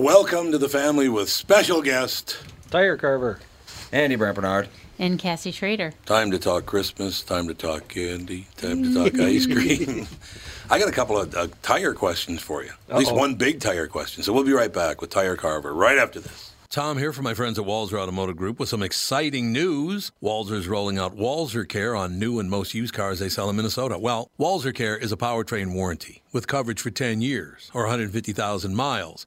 Welcome to the family with special guest. Tire Carver. Andy Brant Bernard. And Cassie Schrader. Time to talk Christmas, time to talk candy, time to talk ice cream. I got a couple of uh, tire questions for you. At least Uh-oh. one big tire question. So we'll be right back with Tire Carver right after this. Tom here from my friends at Walzer Automotive Group with some exciting news. Walzer's rolling out Walzer Care on new and most used cars they sell in Minnesota. Well, Walzer Care is a powertrain warranty with coverage for 10 years or 150,000 miles.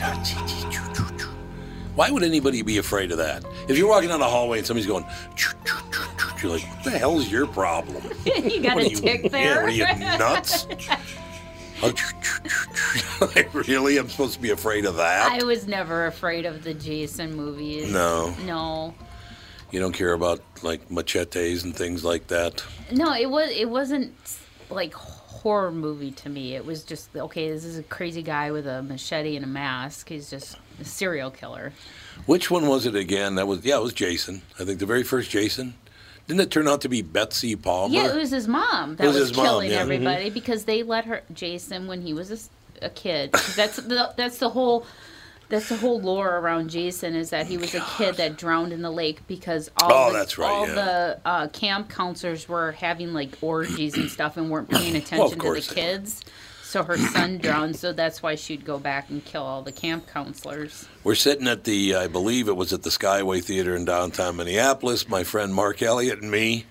Oh. Why would anybody be afraid of that? If you're walking down the hallway and somebody's going, you're like, what the hell's your problem? you got What a are you, tick Yeah, there. what are you, nuts? I really am supposed to be afraid of that? I was never afraid of the Jason movies. No. No. You don't care about like machetes and things like that? No, it was it wasn't like horror movie to me. It was just okay, this is a crazy guy with a machete and a mask. He's just a serial killer. Which one was it again? That was yeah, it was Jason. I think the very first Jason. Didn't it turn out to be Betsy Palmer? Yeah, it was his mom that It was was, his mom, killing yeah. Mm-hmm. everybody because they let her Jason when he was a s- a, kid. That's the, that's the whole that's the whole lore around Jason is that he was a kid that drowned in the lake because all Oh, the, that's right, all yeah. the uh, camp counselors were having like orgies and stuff and weren't paying attention Well, of to the course they were. kids. So her son drowned, so that's why she'd go back and kill all the camp counselors. We're sitting at the, I believe it was at the Skyway Theater in downtown Minneapolis. My friend Mark Elliott and me.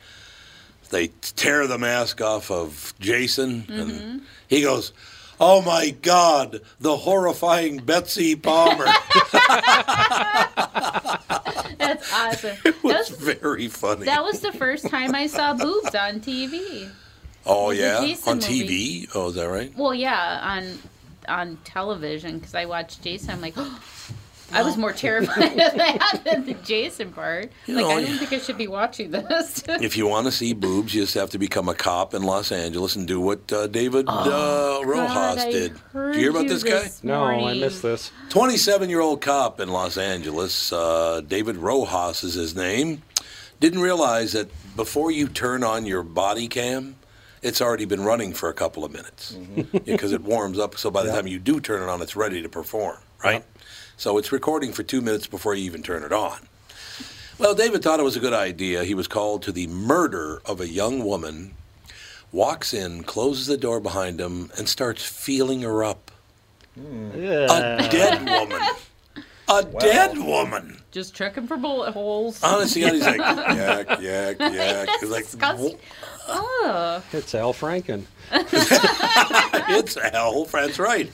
They tear the mask off of Jason, Mm-hmm. and he goes, "Oh my God, the horrifying Betsy Palmer." That's awesome. it was That's- very funny. that was the first time I saw boobs on TV. oh was a yeah, Jason on TV. movie. Oh, is that right? Well, yeah, on on television because I watched Jason. I'm like, I was more terrified of that than the Jason part. You like, know, I don't yeah. think I should be watching this. If you want to see boobs, you just have to become a cop in Los Angeles and do what uh, David uh, Rojas Oh, God, I did. heard Did you hear about this guy? this No, I morning. missed this. 27 year old cop in Los Angeles, uh, David Rojas is his name, didn't realize that before you turn on your body cam, it's already been running for a couple of minutes because it warms up. So by the time you do turn it on, it's ready to perform, right? So it's recording for two minutes before you even turn it on. Well, David thought it was a good idea. He was called to the murder of a young woman, walks in, closes the door behind him, and starts feeling her up. Uh, A dead woman. A dead woman. Just checking for bullet holes. Honestly, he's like, yak, yak, yak. That's Uh, He's like, disgusting. Ugh. It's Al Franken. "Wha- it's hell. That's right.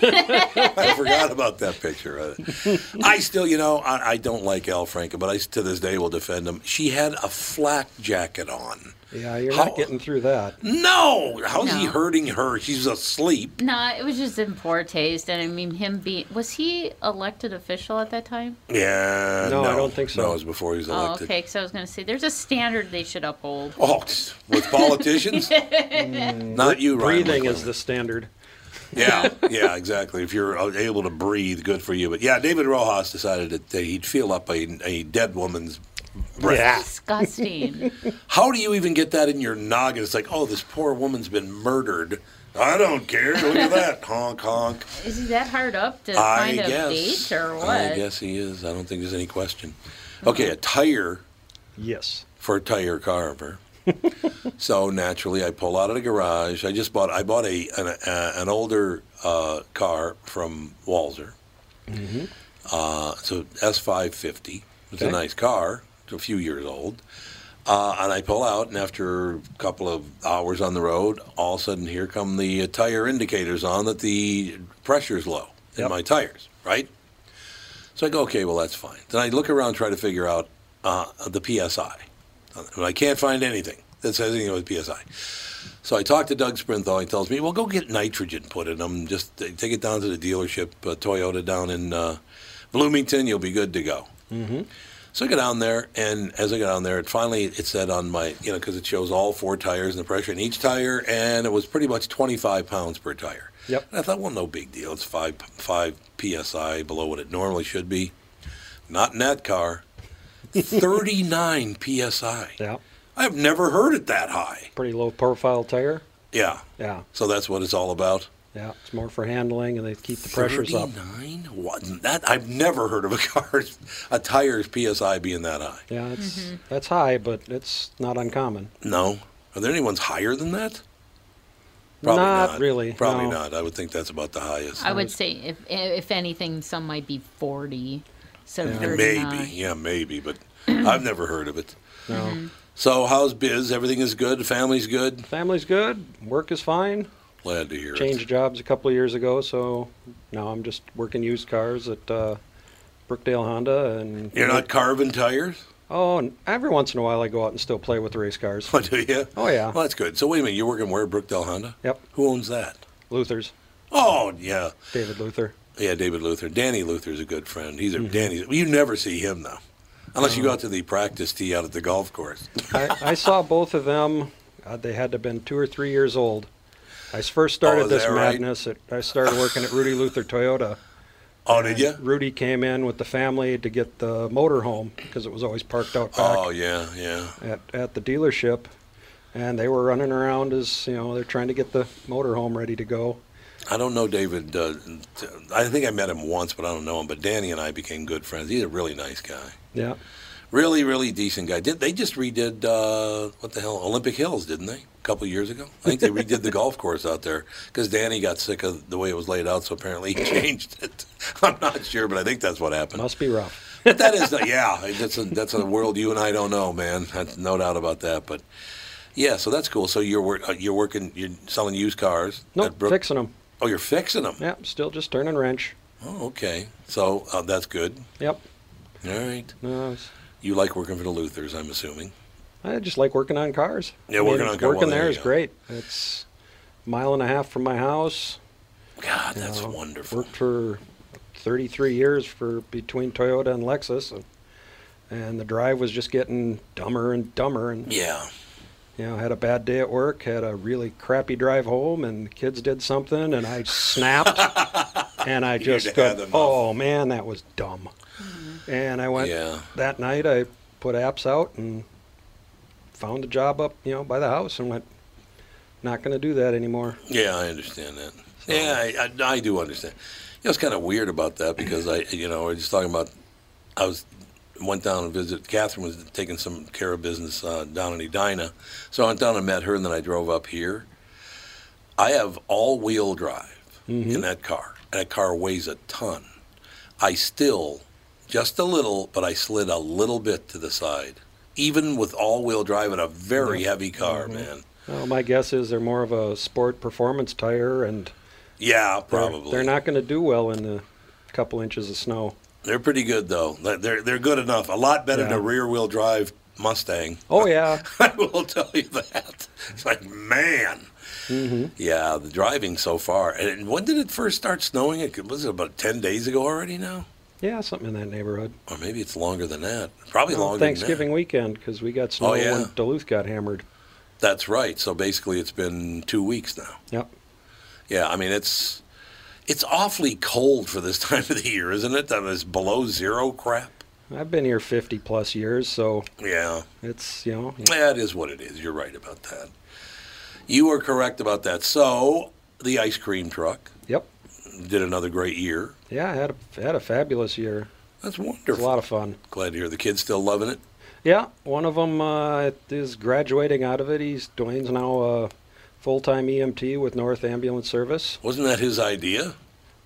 I forgot about that picture. Uh, I still, you know, I, I don't like Al Franken, but I s- to this day will defend him. She had a flat jacket on. Yeah, you're How- not getting through that. No, how's he No. hurting her? She's asleep. Nah, it was just in poor taste, and I mean, him being was he elected official at that time? Yeah. No, I don't think so. No, it was before he was Oh, elected. okay. Because I was gonna say there's a standard they should uphold. Oh, with politicians? Not you, Ryan Breathing McClellan. is the standard. Yeah, yeah, exactly. If you're uh, able to breathe, good for you. But yeah, David Rojas decided that that he'd feel up a, a dead woman's breath. Disgusting. How do you even get that in your noggin? It's like, oh, this poor woman's been murdered. I don't care. Look at that. Honk, honk. Is he that hard up to I find a guess. date or what? I guess he is. I don't think there's any question. Okay, a tire Yes. for a tire carver. so naturally, I pull out of the garage. I just bought. I bought a an, uh, an older uh, car from Walzer. Uh, it's a S550. It's a Mm-hmm. Okay. nice car. It's a few years old. Uh, and I pull out, and after a couple of hours on the road, all of a sudden here come the uh, tire indicators on that the pressure's low in Yep. my tires, right? So I go, okay, well, that's fine. Then I look around, try to figure out uh, the PSI. And I can't find anything that says anything with PSI. So I talk to Doug Sprinthal. He tells me, well, go get nitrogen put in them. Just t- take it down to the dealership, uh, Toyota down in uh, Bloomington. You'll be good to go. Mm-hmm. So I go down there, and as I go down there, it finally it said on my, you know, because it shows all four tires and the pressure in each tire, and it was pretty much 25 pounds per tire. Yep. And I thought, well, no big deal. It's five five psi below what it normally should be. Not in that car. 39 psi. Yeah. I've never heard it that high. Pretty low profile tire. Yeah. Yeah. So that's what it's all about. Yeah. It's more for handling and they keep the pressures up. 39? What? That I've never heard of a car's a tire's psi being that high. Yeah, it's that's high, but it's not uncommon. No. Are there any ones higher than that? Probably not, Not really, Probably no. not. I would think that's about the highest. I would say if if anything, some might be forty. So maybe. Yeah, maybe, but I've never heard of it. No. So how's biz? Everything is good. Family's good. Family's good. Work is fine. Glad to hear Changed it. jobs a couple of years ago, so now I'm just working used cars at uh, Brookdale Honda. And You're not carving tires, Oh, and every once in a while I go out and still play with race cars. do you? Oh, yeah. Well, that's good. So wait a minute. You're working where? Brookdale Honda. Yep. Who owns that? Luther's Oh yeah. David Luther. Yeah, David Luther. Danny Luther's a good friend. He's a Danny. You never see him though, unless you go out to the practice tee out at the golf course. I, I saw both of them. Uh, they had to have been two or three years old. I s- first started Oh, is this that right? madness. At, I started working at Rudy Luther Toyota. Oh, did you? Rudy came in with the family to get the motor home because it was always parked out back Oh yeah, yeah. at, at the dealership. And they were running around as, you know, they're trying to get the motor home ready to go. I don't know David. Uh, t- I think I met him once, but I don't know him. But Danny and I became good friends. He's a really nice guy. Yeah. Really, really decent guy. Did they just redid uh, what the hell Olympic Hills? Didn't they? A couple years ago, I think they redid the golf course out there because Danny got sick of the way it was laid out, so apparently he changed it. I'm not sure, but I think that's what happened. Must be rough. But that is, the, yeah, that's a, that's a world you and I don't know, man. That's no doubt about that. But yeah, so that's cool. So you're work, uh, you're working, you're selling used cars. Nope, at Brook- fixing them. Oh, you're fixing them. Yep, still just turning wrench. Oh, okay. So uh, that's good. Yep. uh, All right. No, I was- You like working for the Luthers, I'm assuming. I just like working on cars. Yeah, working on car- Working well, there there you is go. great. It's a mile and a half from my house. God, that's Uh, wonderful. Worked for 33 years for between Toyota and Lexus, and, and the drive was just getting dumber and dumber. And Yeah. you know, had a bad day at work, had a really crappy drive home, and the kids did something, and I snapped, and I just had go, enough. oh man, that was dumb. Mm-hmm. And I went Yeah. that night. I put apps out and found a job up, you know, by the house, and went, not going to do that anymore. Yeah, I understand that. Yeah, I, I, I do understand. You know, it's kind of weird about that because I, you know, we're just talking about. I was went down and visited. Catherine was taking some care of business uh, down in Edina, so I went down and met her, and then I drove up here. I have all-wheel drive Mm-hmm. in that car. and That car weighs a ton. I still, just a little, but I slid a little bit to the side, even with all-wheel drive in a Mm-hmm. very heavy car, man. Well, my guess is they're more of a sport performance tire, and Yeah, they're, probably. they're not going to do well in the couple inches of snow. They're pretty good though. They're- They're they're good enough. A lot better than Yeah. a rear wheel drive Mustang. Oh yeah, I will tell you that. It's like, man. Mm-hmm. Yeah, the driving so far. And when did it first start snowing? It was it about ten days ago already now, yeah, something in that neighborhood. or maybe it's longer than that. Probably Well, longer. Thanksgiving Than weekend because we got snow Oh, yeah. when Duluth got hammered. that. That's right. So basically, it's been two weeks now. Yep. Yeah, I mean it's it's awfully cold for this time of the year, isn't it? That is below zero crap. I've been here 50 plus years, so Yeah. it's you know That is what it is. You're right about that. You are correct about that. So the ice cream truck yep. did another great year. Yeah, I had a had a fabulous year. That's It's a wonderful. lot of fun. Glad to hear the kids still loving it. Yeah, one of them uh, is graduating out of it. He's Dwayne's now a full-time EMT with North Ambulance Service. Wasn't that his idea?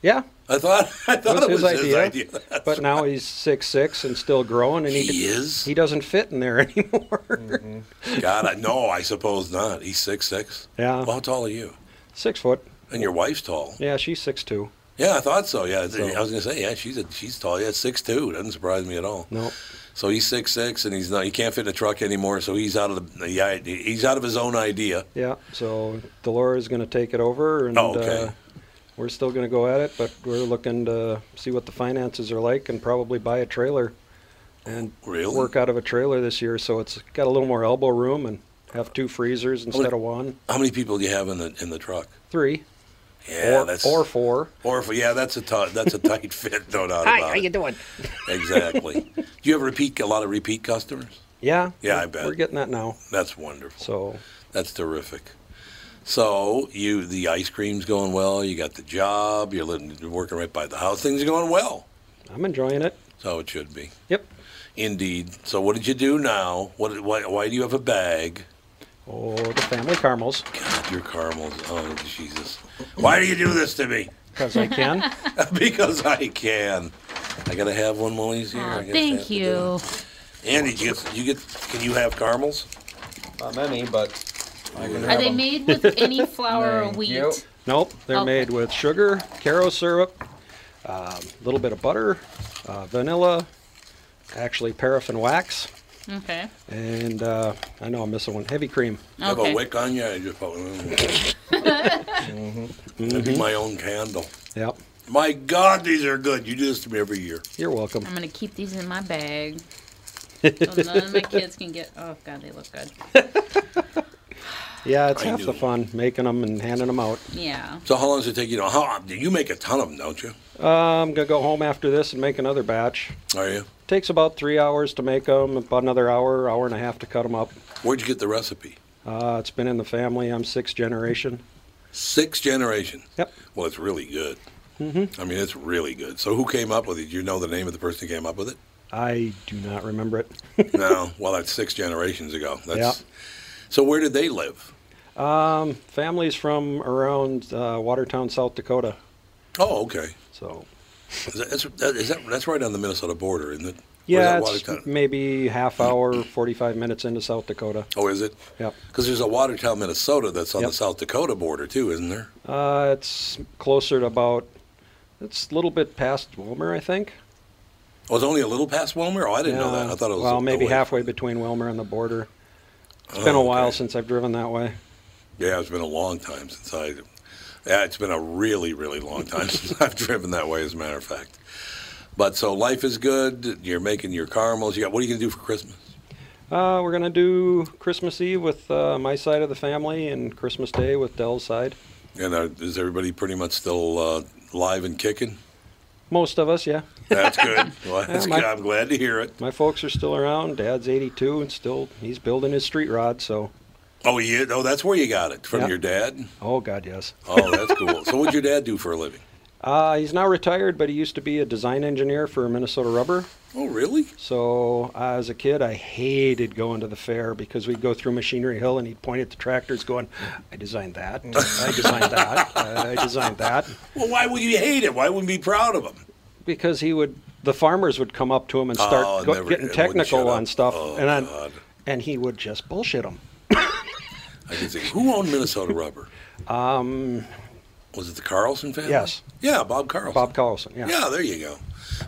Yeah, I thought I thought was it was his idea, idea. but now he's six six and still growing, and he, He is? he doesn't fit in there Mm. anymore. God, I, no, I suppose not. He's six six. Yeah. Well, how tall are you? six foot. And your wife's tall. Yeah, she's six two. Yeah, I thought so. Yeah, I was gonna say yeah, she's a, she's tall. Yeah, six two. Doesn't surprise me at all. No, So he's six six, and he's not. He can't fit in a truck anymore. So he's out of the. Yeah, he's out of his own idea. yeah. So Delora's going to take it over, and Oh, okay. uh, we're still going to go at it, but we're looking to see what the finances are like, and probably buy a trailer and Really? work out of a trailer this year. So it's got a little more elbow room and have two freezers instead of one, How many people do you have in the in the truck? three, Yeah, or, that's or four. or if- yeah, that's a t- that's a tight fit, no doubt about it. doing? Exactly. do you have repeat a lot of repeat customers? Yeah. Yeah, I we're- bet. We're getting that now. That's wonderful. So That's terrific. So you the ice cream's going well. You got the job. You're living, you're working right by the house. Things are going well. I'm enjoying it. So it should be. Yep. Indeed. So what did you do now? What? did- Why, why do you have a bag? Oh, the family caramels, God, your caramels. Oh, Jesus. Why do you do this to me? because I can. because I can. I gotta have one while he's here. I guess Aw, I have thank to do you. it. Andy, did you get, you get? Can you have caramels? Not many, but I can Are have they 'em. made with any flour or Thank wheat? you. Nope, they're Okay. made with sugar, caro syrup, a little bit of butter, uh, vanilla, actually paraffin wax, Okay. and uh, I know I'm missing one. Heavy cream. You Have a Okay. wick on you? I just put. That'd be my own candle. Yep. My God, these are good. You do this to me every year. You're welcome. I'm gonna keep these in my bag. so none of my kids can get. Oh God, they look good. Yeah, it's I half do. the fun making them and handing them out. Yeah. So how long does it take you? Know how you make a ton of them, don't you? Uh, I'm gonna go home after this and make another batch. Are you? Takes about three hours to make them, about another hour, hour and a half to cut them up. Where'd you get the recipe? Uh, it's been in the family. I'm sixth generation. Six generations. Yep. Well, it's really good. Mm-hmm. I mean, it's really good. So who came up with it? Do you know the name of the person who came up with it? I do not remember it. No, well, that's six generations ago. That's Yeah. so. Where did they live? Families from around uh, Watertown, South Dakota. Oh, okay. So Is that, is that- is that- that's right on the Minnesota border, isn't it? Or is yeah, that it's Watertown? maybe half hour, forty-five minutes into South Dakota. oh, is it? Yep. Because there's a Watertown, Minnesota, that's on Yep. the South Dakota border too, isn't there? Uh, it's closer to about. It's a little bit past Wilmer, I think. Oh, it's only a little past Wilmer. Oh, I didn't know that. I thought it was well, a- maybe away. halfway between Wilmer and the border. It's Oh, been a while since I've driven that way. Yeah, it's been a long time since I. Yeah, it's been a really, really long time since I've driven that way. As a matter of fact. But so life is good. You're making your caramels. You got what are you gonna do for Christmas? Uh, we're gonna do Christmas Eve with uh, my side of the family and Christmas Day with Dell's side. And are, is everybody pretty much still uh, live and kicking? Most of us, yeah. That's good. Well, that's my- good. I'm glad to hear it. My folks are still around. Dad's 82 and still he's building his street rod. So, Oh, yeah. Oh, that's where you got it from Yeah. your dad. oh God, yes. Oh, that's cool. so, what'd your dad do for a living? Uh, he's now retired, but he used to be a design engineer for Minnesota Rubber. Oh, really? So uh, as a kid, I hated going to the fair because we'd go through Machinery Hill and he'd point at the tractors, going, "I designed that. I designed that. Uh, I designed that." Well, why would you hate it? Why wouldn't you be proud of him? Because he would, the farmers would come up to him and start Oh, go- never- getting it wouldn't shut technical up. on stuff, Oh, and then, God. and he would just bullshit them. I can think. Who owned Minnesota Rubber? Um, was it the Carlson family? Um, yes. Yeah, Bob Carlson. Bob Carlson, yeah. Yeah, there you go.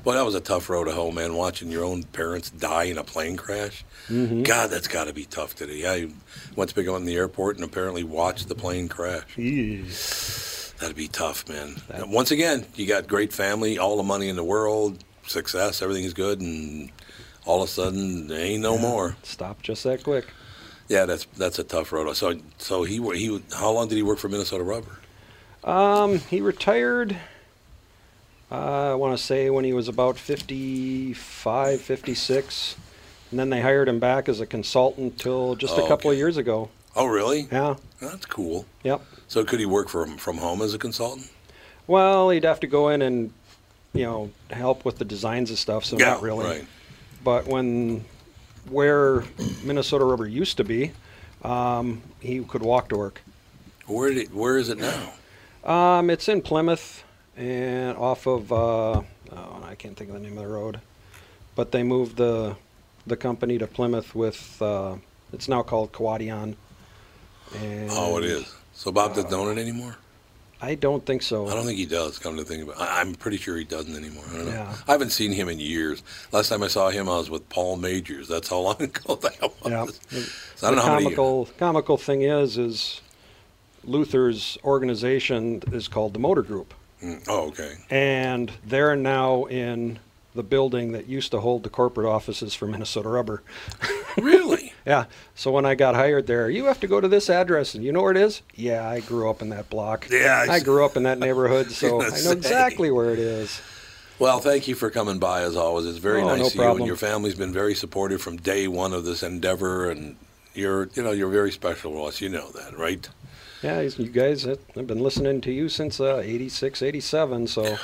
Well, that was a tough road to hoe, man. Watching your own parents die in a plane crash. Mm-hmm. God, that's got to be tough today. I once picked up in the airport and apparently watched the plane crash. Jeez. That'd be tough, man. Once again, you got great family, all the money in the world, success, everything is good, and all of a sudden, there ain't no more. Stop just that quick. Yeah, that's that's a tough road. So so he wa- he how long did he work for Minnesota Rubber? Um, he retired, uh, I want to say, when he was about 55, 56. And then they hired him back as a consultant till just Oh, a couple okay. of years ago. Oh, really? Yeah. That's cool. Yep. So could he work from from home as a consultant? Well, he'd have to go in and, you know, help with the designs and stuff, so not really. Right. But when, where Minnesota Rubber used to be, um, he could walk to work. Where did it, where is it now? Um, it's in Plymouth and off of uh, oh, I can't think of the name of the road, but they moved the the company to Plymouth with uh, it's now called Quadion. And Oh, it is. So Bob doesn't own it anymore. I don't think so. I don't think he does. Come to think about, it. I, I'm pretty sure he doesn't anymore. I don't know. Yeah. I haven't seen him in years. Last time I saw him, I was with Paul Majors. That's how long ago that was. Yeah. So I don't the know how many. comical comical thing is is Luther's organization is called the Motor Group, Mm, Oh, okay. and they're now in the building that used to hold the corporate offices for Minnesota Rubber. Really? Yeah. So when I got hired there, you have to go to this address, and you know where it is? Yeah, I grew up in that block. Yeah, I I, s- grew up in that neighborhood, so I gonna know say. exactly where it is. Well, thank you for coming by as always. It's very Oh, nice no of you, and problem. your family's been very supportive from day one of this endeavor. And you're, you know, you're very special to us. You know that, right? Yeah, he's- you guys, I- I've been listening to you since uh, 86, 87, so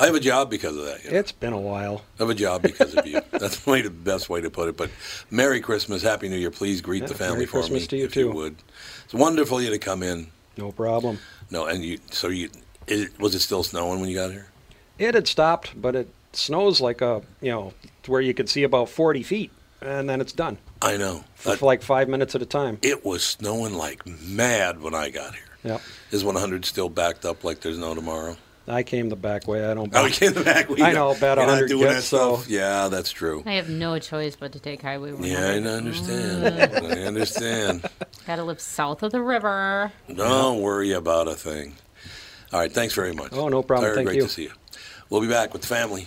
I have a job because of that. you know. it's been a while. I have a job because of you. That's probably the best way to put it. But Merry Christmas, Happy New Year. Please greet Yeah, the family Merry for me Christmas to you, if you too. would. It's wonderful of you to come in. No problem. No, and you. So you, it, was it still snowing when you got here? It had stopped, but it snows like a, you know, to where you could see about 40 feet, and then it's done I know. for, Uh, for like five minutes at a time. it was snowing like mad when I got here. Yep. Is 100 still backed up like there's no tomorrow? I came the back way. I don't. Oh, yeah, the back we I know, about you're not 100 doing gets, that so- stuff. Yeah, that's true. I have no choice but to take Highway 100. Yeah, I understand. I understand. Gotta live south of the river. Don't worry about a thing. All right, thanks very much. Oh, no problem. Tyra, Thank great you. to see you. We'll be back with the family.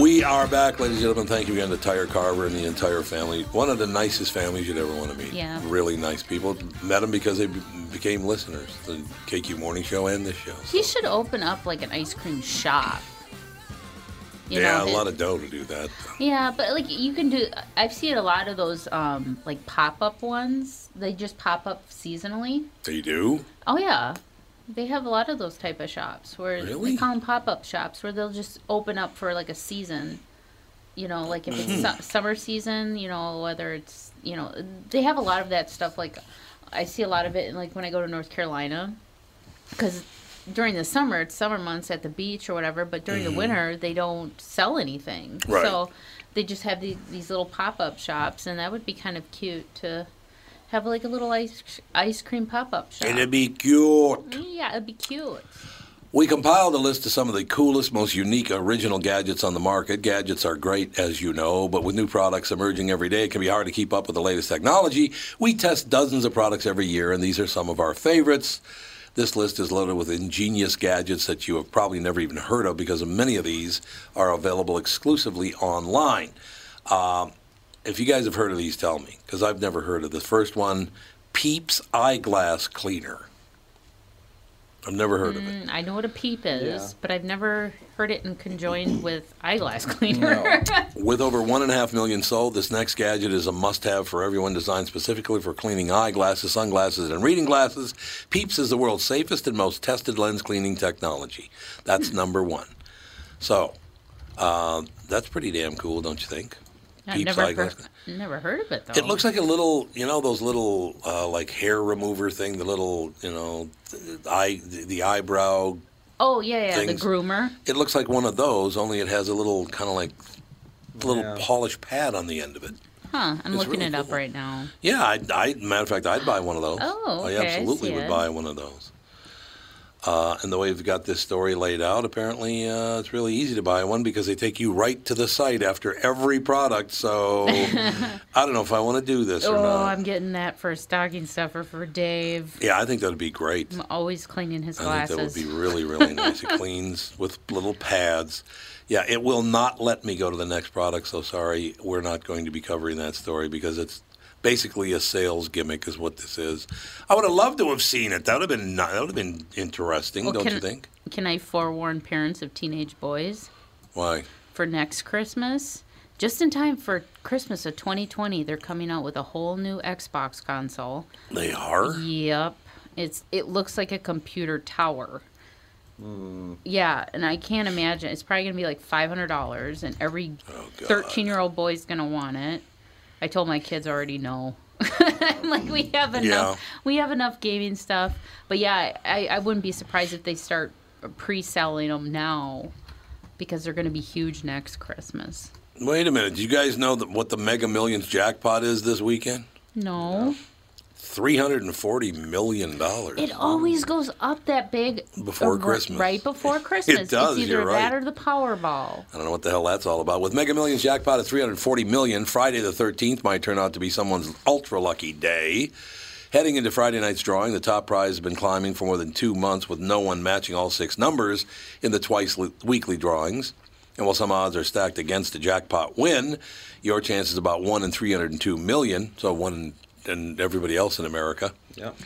We are back, ladies and gentlemen. Thank you again to Tire Carver and the entire family. One of the nicest families you'd ever want to meet. Yeah. Really nice people. Met them because they be- became listeners, the KQ Morning Show and this show. He should open up like an ice cream shop. You yeah, know, a his- lot of dough to do that. Yeah, but like you can do. I've seen a lot of those um like pop up ones. They just pop up seasonally. They do? Oh yeah, they have a lot of those type of shops where Really? they call them pop up shops where they'll just open up for like a season. You know, like if it's Mm-hmm. su- summer season, you know whether it's you know they have a lot of that stuff. Like I see a lot of it, in, like when I go to North Carolina, because during the summer it's summer months at the beach or whatever, but during the winter they don't sell anything. Mm-hmm. Right. So they just have these, these little pop up shops, and that would be kind of cute to have like a little ice ice cream pop up shop. And it'd be cute. Yeah, it'd be cute. We compiled a list of some of the coolest, most unique, original gadgets on the market. Gadgets are great, as you know, but with new products emerging every day, it can be hard to keep up with the latest technology. We test dozens of products every year, and these are some of our favorites. This list is loaded with ingenious gadgets that you have probably never even heard of because many of these are available exclusively online. Um, if you guys have heard of these, tell me, because I've never heard of the first one Peeps Eyeglass Cleaner. I've never heard of it. Mm, I know what a peep is, Yeah. but I've never heard it in conjoined with eyeglass cleaner. With over one and a half million sold, this next gadget is a must have for everyone designed specifically for cleaning eyeglasses, sunglasses, and reading glasses. Peeps is the world's safest and most tested lens cleaning technology. That's Hmm. number one. So, uh, that's pretty damn cool, don't you think? I've never heard, never heard of it though. It looks like a little, you know, those little uh, like hair remover thing, the little, you know, th- eye, the, the eyebrow. oh yeah, yeah, things- the groomer. It looks like one of those, only it has a little kind of like little Yeah. polished pad on the end of it. Huh? I'm It's looking really it up cool. right now. Yeah, I, I matter of fact, I'd buy one of those. Oh, okay, I I absolutely see would it. buy one of those. Uh, and the way we've got this story laid out, apparently uh, it's really easy to buy one because they take you right to the site after every product. So I don't know if I want to do this or Oh, not. I'm getting that for a stocking stuffer for Dave. Yeah, I think that'd be great. I'm always cleaning his I glasses. think that would be really, really nice. It cleans with little pads. Yeah, it will not let me go to the next product. So sorry, we're not going to be covering that story because it's basically a sales gimmick, is what this is. I would have loved to have seen it. That would have been ni- that would have been interesting, Well, don't can- you think? Can I forewarn parents of teenage boys Why? for next Christmas? Just in time for Christmas of 2020, they're coming out with a whole new Xbox console. They are. Yep. It's it looks like a computer tower. Yeah, and I can't imagine. It's probably gonna be like five hundred dollars, and every God. thirteen-year-old boy's gonna want it. I told my kids already no. I'm like we have enough. We have enough gaming stuff. But yeah, I, I wouldn't be surprised if they start pre-selling them now because they're gonna be huge next Christmas. Wait a minute. Do you guys know that what the Mega Millions jackpot is this weekend? No, Three hundred and forty million dollars. It always goes up that big Before r- Christmas. Right before Christmas. does, It's either you're right. that or the Powerball. I don't know what the hell that's all about. With Mega Millions jackpot at 340 million, Friday the 13th might turn out to be someone's ultra lucky day. Heading into Friday night's drawing, the top prize has been climbing for more than two months with no one matching all six numbers in the twice li- weekly drawings. And while some odds are stacked against a jackpot win, your chance is about 1 in 302 million, so 1 in everybody else in America. Yep.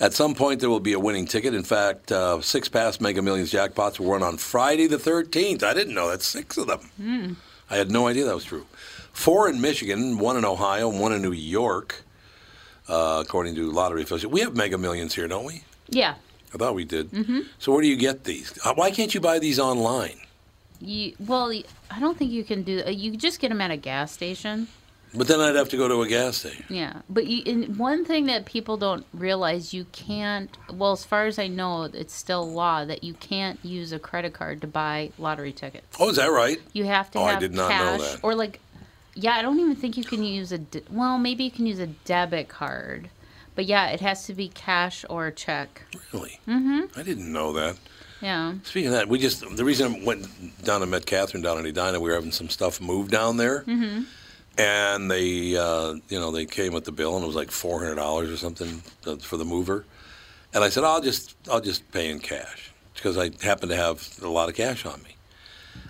At some point, there will be a winning ticket. In fact, uh, six past Mega Millions jackpots were won on Friday the 13th. I didn't know that's six of them. I had no idea that was true. Four in Michigan, one in Ohio, and one in New York, uh, according to lottery officials. We have Mega Millions here, don't we? Yeah. I thought we did. So where do you get these? Uh, Why can't you buy these online? You, well, y- I don't think you can do. uh, You just get them at a gas station. But then I'd have to go to a gas station. Yeah, but you, and one thing that people don't realize you can't. Well, as far as I know, it's still law that you can't use a credit card to buy lottery tickets. Oh, is that right? You have to Oh, I have did not know cash that. or like yeah, I don't even think you can use a de- well, maybe you can use a debit card. But yeah, it has to be cash or a check. Really? Mm-hmm. I didn't know that. Yeah. Speaking of that, we just the reason I went down and met Catherine down in Edina, we were having some stuff moved down there, mm-hmm. and they, uh, you know, they came with the bill and it was like four hundred dollars or something uh, for the mover, and I said, I'll just, I'll just pay in cash because I happen to have a lot of cash on me.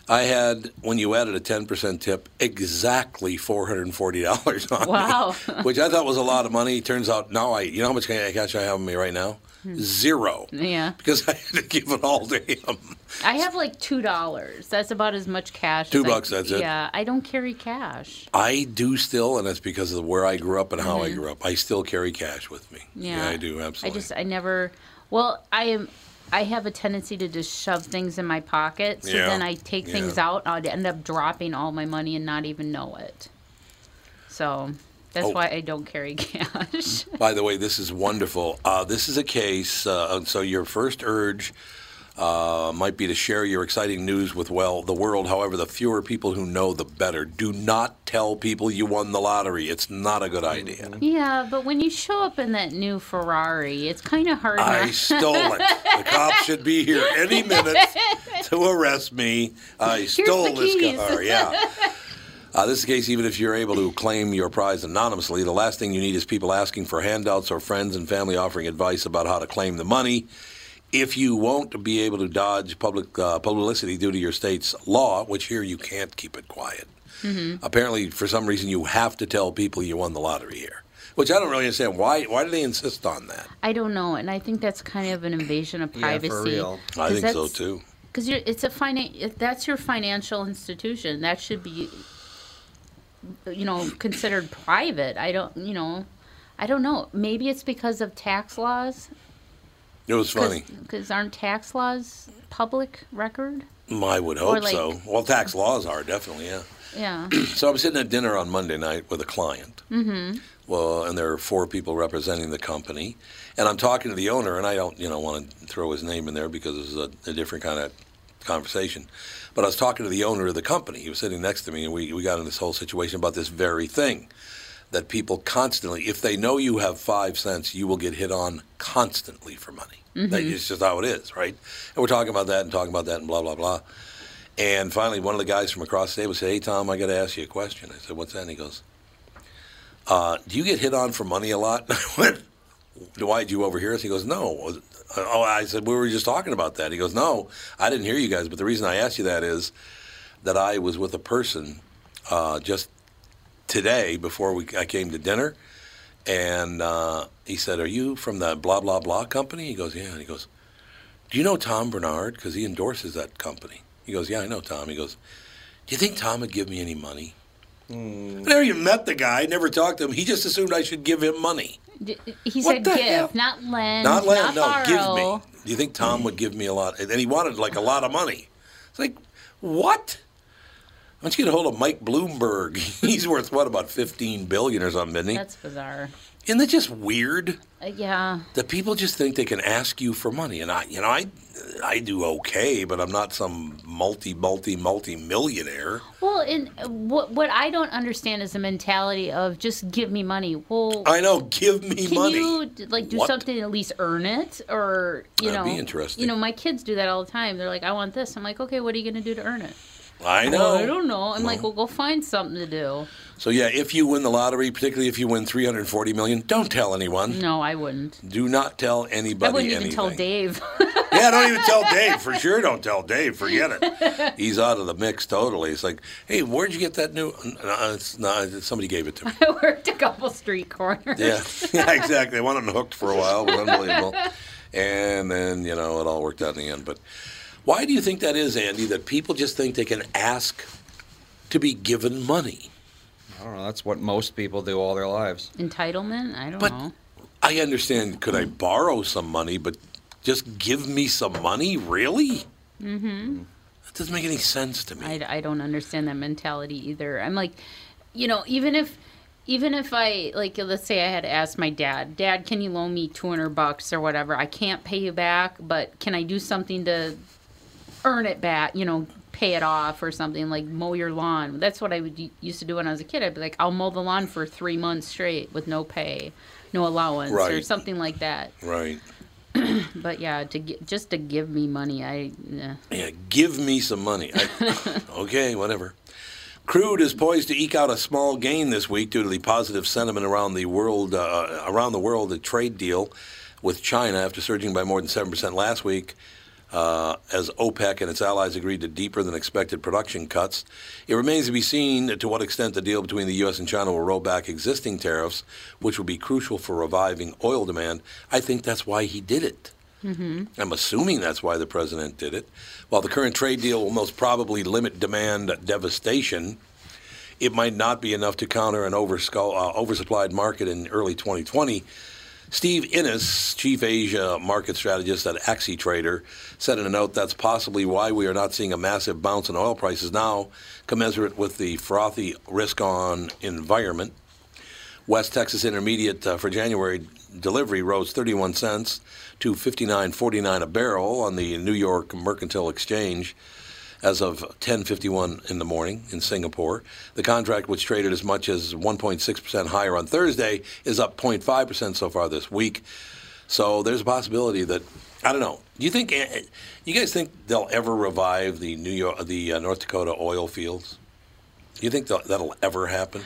I had when you added a ten percent tip, exactly four hundred and forty dollars on Wow. me, which I thought was a lot of money. Turns out now I, you know how much cash I have on me right now? Zero, Yeah. because I had to give it all to him. I have like two dollars. That's about as much cash. Two as I- bucks, that's it. Yeah, I don't carry cash. I do still, and that's because of where I grew up and how I grew up. I still carry cash with me. Mm-hmm. Yeah, I do absolutely. I just I never. Well, I am. I have a tendency to just shove things in my pocket, so Yeah. then I take things Yeah. out. I'd end up dropping all my money and not even know it. So that's Oh. why I don't carry cash. By the way, this is wonderful. Uh, this is a case. Uh, so your first urge uh, might be to share your exciting news with well the world. However, the fewer people who know, the better. Do not tell people you won the lottery. It's not a good idea. Mm-hmm. yeah, but when you show up in that new Ferrari, it's kind of hard. I not- stole it. The cops should be here any minute to arrest me. I stole the this keys. car. Oh, Yeah. Uh, this is the case, even if you're able to claim your prize anonymously, the last thing you need is people asking for handouts or friends and family offering advice about how to claim the money. If you won't be able to dodge public uh, publicity due to your state's law, which here you can't keep it quiet. Mm-hmm. Apparently, for some reason, you have to tell people you won the lottery here, which I don't really understand. Why? Why do they insist on that? I don't know, and I think that's kind of an invasion of Yeah, for privacy. real. I 'Cause think so that's- too. Because it's a finan- that's your financial institution. That should be, you know, considered private. I don't, you know, I don't know. Maybe it's because of tax laws. It was funny. Because aren't tax laws public record? I would hope like- so. Well, tax laws are definitely, yeah. Yeah. So I was sitting at dinner on Monday night with a client. Mm-hmm. Well, and there are four people representing the company, and I'm talking to the owner, and I don't, you know, want to throw his name in there because it was a, a different kind of conversation. But I was talking to the owner of the company. He was sitting next to me, and we, we got in this whole situation about this very thing that people constantly, if they know you have five cents, you will get hit on constantly for money. That is just how it is, right? And we're talking about that and talking about that and blah, blah, blah. And finally, one of the guys from across the table said, Hey, Tom, I got to ask you a question. I said, What's that? And he goes, uh, Do you get hit on for money a lot? And I went, Why did you overhear us? He goes, No. Oh, I said, We were just talking about that. He goes, No, I didn't hear you guys. But the reason I asked you that is that I was with a person uh, just today before we, I came to dinner. And uh, he said, Are you from the blah, blah, blah company? He goes, Yeah. And he goes, do you know Tom Bernard? Because he endorses that company. He goes, yeah, I know Tom. He goes, do you think Tom would give me any money? I never even met the guy. I never talked to him. He just assumed I should give him money. D- He What said the give, hell? not lend, Not let Mm, not him know. Give borrow. me. Do you think Tom would give me a lot? And he wanted like a lot of money. It's like, what? Why don't you get a hold of Mike Bloomberg? He's worth what about fifteen billion or something, isn't he? That's bizarre. Isn't that just weird? Uh, yeah. that people just think they can ask you for money and i you know i i do okay but i'm not some multi multi multi millionaire Well, and uh, what what I don't understand is the mentality of just give me money. Well, i know give me Can money you d- like do What? something at least earn it, or you That'd know? be interesting. You know, my kids do that all the time. They're like, "I want this." I'm like, "Okay, what are you going to do to earn it?" i know Well, I don't know. I'm like, "Well, go find something to do." so yeah if you win the lottery particularly if you win 340 million don't tell anyone No, I wouldn't. do not tell anybody I wouldn't even anything. tell Dave. yeah don't even tell dave for sure don't tell dave forget it he's out of the mix totally it's like hey where'd you get that new no, it's not, somebody gave it to me I worked a couple street corners. Yeah, yeah, exactly. I wanted them hooked for a while. It was unbelievable. and then, you know, it all worked out in the end. But why do you think that is, Andy, that people just think they can ask to be given money? I don't know. That's what most people do all their lives. Entitlement? I don't But- know. I understand, could I borrow some money, but just give me some money? Really? Mm hmm. That doesn't make any sense to me. I, I don't understand that mentality either. I'm like, you know, even if even if I like let's say I had asked my dad, "Dad, can you loan me 200 bucks or whatever? I can't pay you back, but can I do something to earn it back, you know, pay it off or something like mow your lawn?" That's what I would u- used to do when I was a kid. I'd be like, "I'll mow the lawn for 3 months straight with no pay, no allowance or Right. something like that." right. But yeah, to gi- just to give me money, I nah. Yeah, give me some money. I, okay, whatever. Crude is poised to eke out a small gain this week due to the positive sentiment around the world uh, around the world. The trade deal with China, after surging by more than seven percent last week, uh, as OPEC and its allies agreed to deeper than expected production cuts. It remains to be seen to what extent the deal between the U.S. and China will roll back existing tariffs, which will be crucial for reviving oil demand. I think that's why he did it. I'm assuming that's why the president did it. While the current trade deal will most probably limit demand devastation, it might not be enough to counter an overscu- uh, oversupplied market in early 2020. Steve Innes, chief Asia market strategist at AxiTrader, said in a note that's possibly why we are not seeing a massive bounce in oil prices now, commensurate with the frothy risk on environment. West Texas Intermediate uh, for January delivery rose 31 cents to 59.49 a barrel on the New York Mercantile Exchange as of 10:51 in the morning in Singapore. The contract which traded as much as 1.6% higher on Thursday is up 0.5% so far this week. So there's a possibility that I don't know. Do you think eh, you guys think they'll ever revive the New York the uh, North Dakota oil fields? Do you think that- that'll ever happen?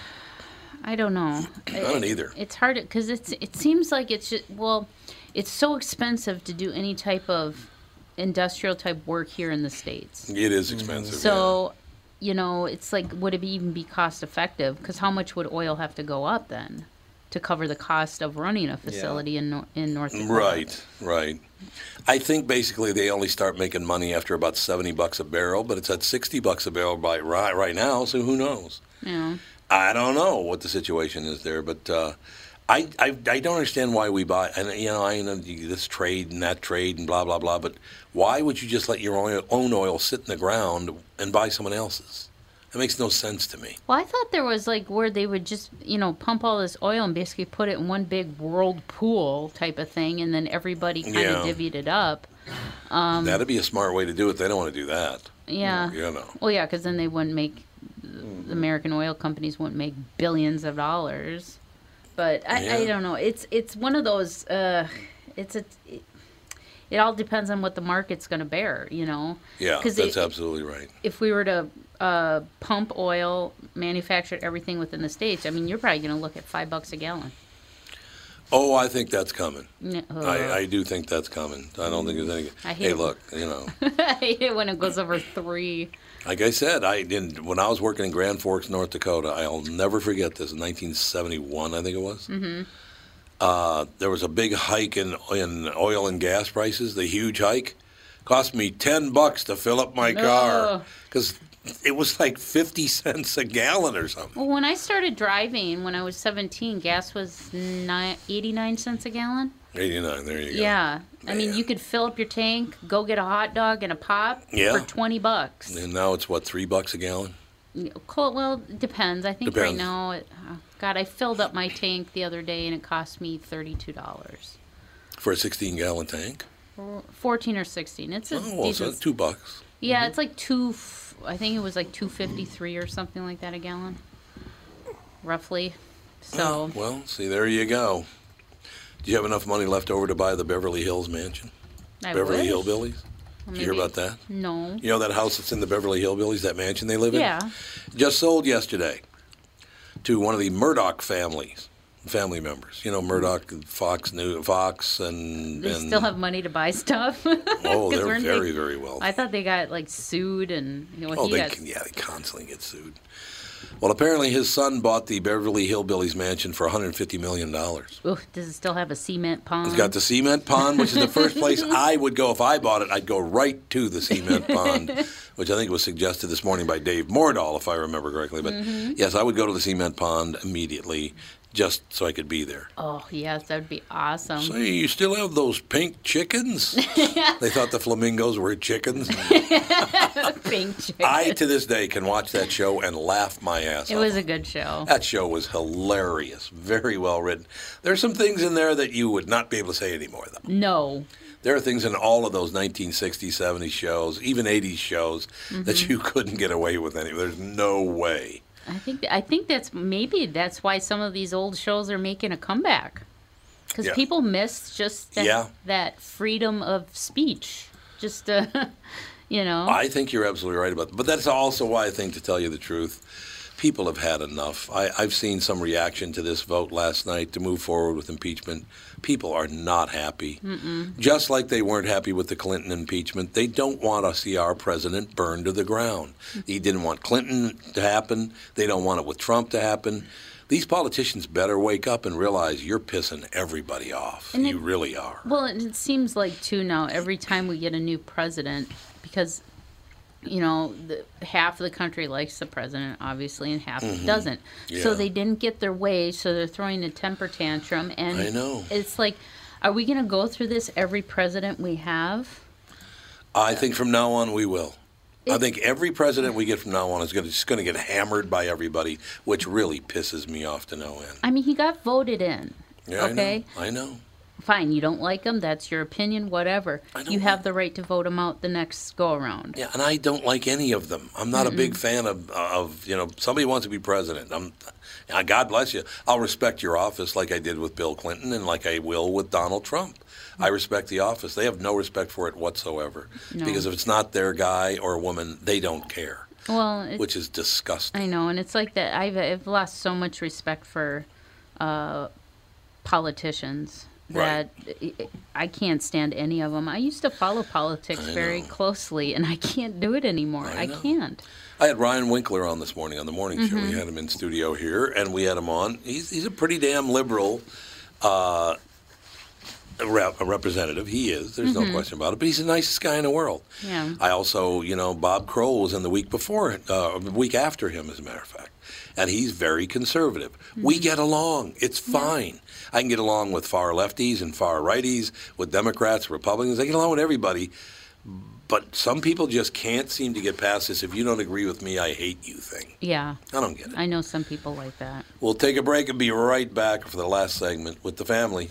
I don't know. I don't either. It's hard because it's it seems like it's just, well, it's so expensive to do any type of industrial type work here in the states. It is expensive. yeah. So, you know, it's like would it be, even be cost effective? Because how much would oil have to go up then to cover the cost of running a facility in in in North Dakota? Right, right. I think basically they only start making money after about seventy bucks a barrel, but it's at sixty bucks a barrel by right right now. So who knows? Yeah. I don't know what the situation is there, but uh, I, I I don't understand why we buy. And you know, I know this trade and that trade and blah blah blah. But why would you just let your oil, own oil sit in the ground and buy someone else's? That makes no sense to me. Well, I thought there was like where they would just, you know, pump all this oil and basically put it in one big world pool type of thing, and then everybody kind Yeah. of divvied it up. Um, That'd be a smart way to do it. They don't want to do that. Yeah. You know. Mm-hmm. Well, yeah, because then they wouldn't make the American oil companies wouldn't make billions of dollars. But I, I Yeah. don't know. It's it's one of those. Uh, it's a. It, it all depends on what the market's going to bear, you know. Yeah, 'Cause that's it- absolutely right. if we were to uh, pump oil, manufacture everything within the states, I mean, you're probably going to look at five bucks a gallon. Oh, I think that's coming. No. I, I do think that's coming. I don't think there's any. Uh. I hate hey, it. look, you know, I hate it when it goes over three. like I said, I didn't. When I was working in Grand Forks, North Dakota, I'll never forget this. In 1971, I think it was. Mm-hmm. Uh, there was a big hike in in oil and gas prices. The huge hike cost me ten bucks to fill up my car No. because it was like fifty cents a gallon or something. Well, when I started driving when I was 17, gas was nine, 89 cents a gallon. Eighty nine. There you go. Yeah. I mean, Man. you could fill up your tank, go get a hot dog and a pop Yeah. for 20 bucks. And now it's what three bucks a gallon? Cool. Well, it depends. I think right Depends. now, it, oh, God, I filled up my tank the other day and it cost me $32. For a sixteen gallon tank? 14 or 16. It's a Oh, well, so decent. two Mm-hmm. bucks. yeah, it's like two, f- I think it was like 253 or something like that a gallon, roughly. So, Well, see, there you go. Do you have enough money left over to buy the Beverly Hills mansion? I Beverly wish. Hillbillies? Did you hear Maybe. about that? No. You know that house that's in the Beverly Hillbillies, that mansion they live in? Yeah. Just sold yesterday to one of the Murdoch families, family members. You know, Murdoch, Fox News, Fox, and. They and still have money to buy stuff. Oh, 'Cause they're weren't they- very, very wealthy. I thought they got like sued and you know, Oh, he they got- can, yeah, they constantly get sued. Well, apparently his son bought the Beverly Hillbillies mansion for 150 million dollars. Ooh, does it still have a cement pond? It's got the cement pond, which is the first place I would go if I bought it. I'd go right to the cement pond, which I think was suggested this morning by Dave Mordahl, if I remember correctly. But Mm-hmm. yes, I would go to the cement pond immediately just so I could be there. oh yes, that would be awesome. Say, you still have those pink chickens? they thought the flamingos were chickens. Pink chick. I, to this day, can watch that show and laugh my ass it off. was a good show. That show was hilarious, very well written. There's some things in there that you would not be able to say anymore, though. No, There are things in all of those 1960s, 70s shows, even 80s shows that you couldn't get away with any. There's no way. I think I think that's maybe that's why some of these old shows are making a comeback because Yeah. people miss just that, Yeah. that freedom of speech. Just uh, you know, I think you're absolutely right about that. But that's also why I think, to tell you the truth, people have had enough. I, I've seen some reaction to this vote last night to move forward with impeachment. People are not happy. Just like they weren't happy with the Clinton impeachment, they don't want to see our president burned to the ground. Mm-hmm. He didn't want Clinton to happen. They don't want it with Trump to happen. These politicians better wake up and realize you're pissing everybody off. And you it- really are. Well, it it seems like too now every time we get a new president, because you know the, half of the country likes the president, obviously, and half doesn't. Mm-hmm. Yeah. So they didn't get their way, so they're throwing a temper tantrum, and I know. it's like, are we going to go through this every president we have? I think from now on we will. I It- think every president we get from now on is going to just going to get hammered by everybody, which really pisses me off to no end. I mean, he got voted in. Yeah, okay, I know. I know. fine. You don't like him. That's your opinion. Whatever. I don't You have like- the right to vote him out the next go around. Yeah, and I don't like any of them. I'm not a big fan of, of you know somebody wants to be president. I'm, uh, God bless you. I'll respect your office like I did with Bill Clinton and like I will with Donald Trump. I respect the office. They have no respect for it whatsoever No. because if it's not their guy or woman, they don't care, Well, it, which is disgusting. I know, and it's like that. I've I've lost so much respect for uh, politicians Right. that i I- I can't stand any of them. I used to follow politics I very know. closely, and I can't do it anymore. I I, know. can't. I had Ryan Winkler on this morning on the morning show. We had him in studio here, and we had him on. He's he's a pretty damn liberal uh, rep, a representative. He is. There's no question about it. But he's the nicest guy in the world. Yeah. I also, you know, Bob Kroll was in the week before, uh, the week after him, as a matter of fact, and he's very conservative. We get along. It's fine. I can get along with far lefties and far righties, with Democrats, Republicans. I get along with everybody. But some people just can't seem to get past this. If you don't agree with me, I hate you thing. Yeah, I don't get it. I know some people like that. We'll take a break and be right back for the last segment with the family.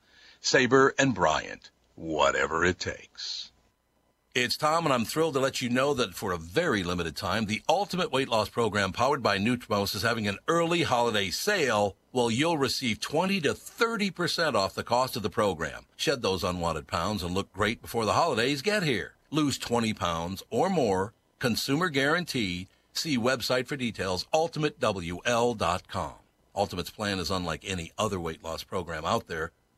Sabre and Bryant, whatever it takes. It's Tom, and I'm thrilled to let you know that for a very limited time, the Ultimate Weight Loss Program powered by Nutrimos is having an early holiday sale. Well, you'll receive 20 to 30% off the cost of the program. Shed those unwanted pounds and look great before the holidays get here. Lose 20 pounds or more. Consumer guarantee. See website for details, ultimatewl.com. Ultimate's plan is unlike any other weight loss program out there,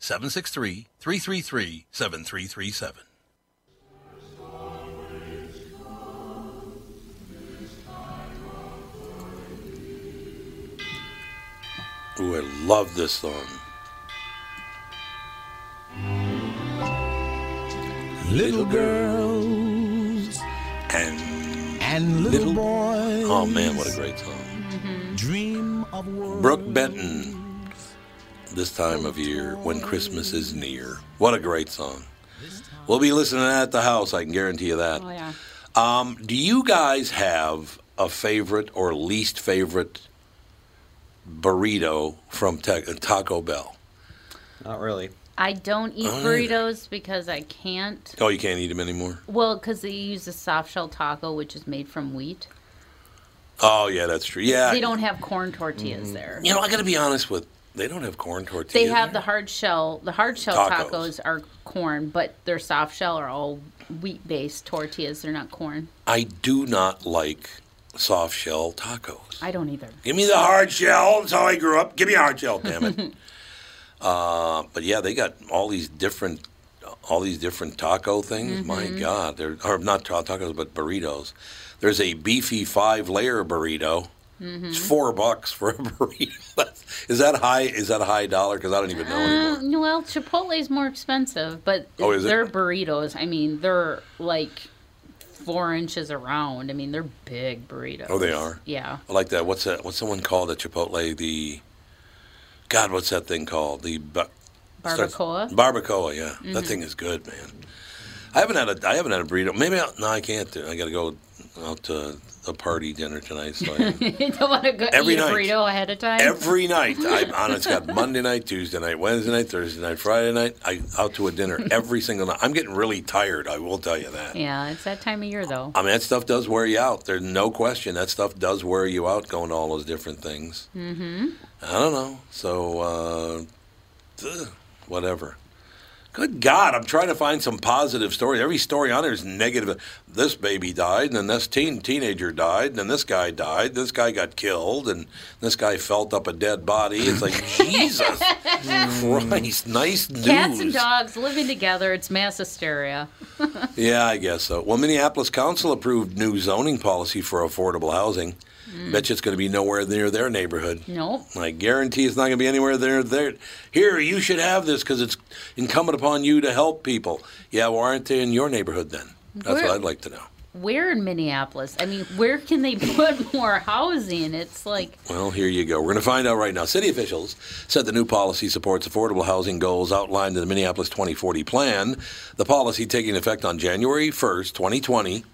763 333 7337. Ooh, I love this song. Little girls and And little boys Mm-hmm. oh man, what a great song! dream of world. Brooke Benton. This time of year, when Christmas is near, what a great song. We'll be listening to that at the house. I can guarantee you that. Oh yeah. Um, do you guys have a favorite or least favorite burrito from Te- Taco Bell? Not really. I don't eat Oh, neither. burritos because I can't. Oh, you can't eat them anymore. Well, because they use a soft shell taco, which is made from wheat. Oh yeah, that's true. Yeah, They don't have corn tortillas there. You know, I got to be honest with. They don't have corn tortillas. They have there. the hard shell. The hard shell Tacos. tacos. are corn, but their soft shell are all wheat based tortillas. They're not corn. I do not like soft shell tacos. I don't either. Give me the hard shell. That's how I grew up. Give me a hard shell, damn it. uh, but yeah, they got all these different, all these different taco things. My Mm-hmm. God, they're or not ta- tacos, but burritos. There's a beefy five-layer burrito. Mm-hmm. It's four bucks for a burrito. That's- is that high? Is that a high dollar? Because I don't even know Uh, anymore. well, Chipotle's more expensive, but Oh, is it? their burritos, I mean, they're like four inches around. I mean, they're big burritos. Oh, they are? Yeah. I like that. What's that? What's someone called at Chipotle? The God, what's that thing called? The ba- starts- Barbacoa? Mm-hmm. Barbacoa. Yeah, that thing is good, man. I haven't had a I haven't had a burrito. Maybe I'll, no, I can't do. It. I got to go out to a party dinner tonight. So I, you don't want to go Every eat night. a burrito ahead of time. every night I'm on. It's got Monday night, Tuesday night, Wednesday night, Thursday night, Friday night. I out to a dinner every single night. I'm getting really tired. I will tell you that. yeah, it's that time of year though. I mean, that stuff does wear you out. There's no question. That stuff does wear you out going to all those different things. Mm-hmm. I don't know. So, uh, ugh, whatever. Good God, I'm trying to find some positive story. Every story on there is negative. This baby died, and then this teen teenager died, and then this guy died, this guy got killed, and this guy felt up a dead body. It's like, Jesus Christ, nice news. Mm. Cats and dogs living together, it's mass hysteria. Yeah, I guess so. Well, Minneapolis Council approved new zoning policy for affordable housing. Bet you it's going to be nowhere near their neighborhood. Nope. I guarantee it's not going to be anywhere there. There, here you should have this because it's incumbent upon you to help people. Yeah, well, aren't they in your neighborhood then? That's Where- what I'd like to know. Where in Minneapolis? I mean, where can they put more housing? It's like Well, here you go. We're going to find out right now. City officials said the new policy supports affordable housing goals outlined in the Minneapolis 2040 plan. The policy, taking effect on January 1st, 2020,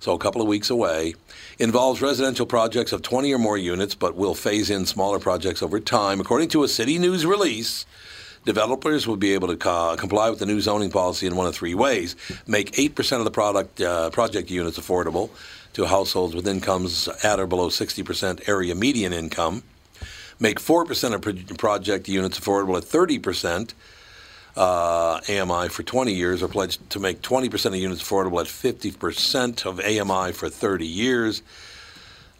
so a couple of weeks away, involves residential projects of 20 or more units, but will phase in smaller projects over time. According to a city news release, developers will be able to co- comply with the new zoning policy in one of three ways: make 8% of the product uh, project units affordable to households with incomes at or below 60% area median income. Make 4% of pro- project units affordable at 30% uh, AMI for 20 years, or pledge to make 20% of units affordable at 50% of AMI for 30 years.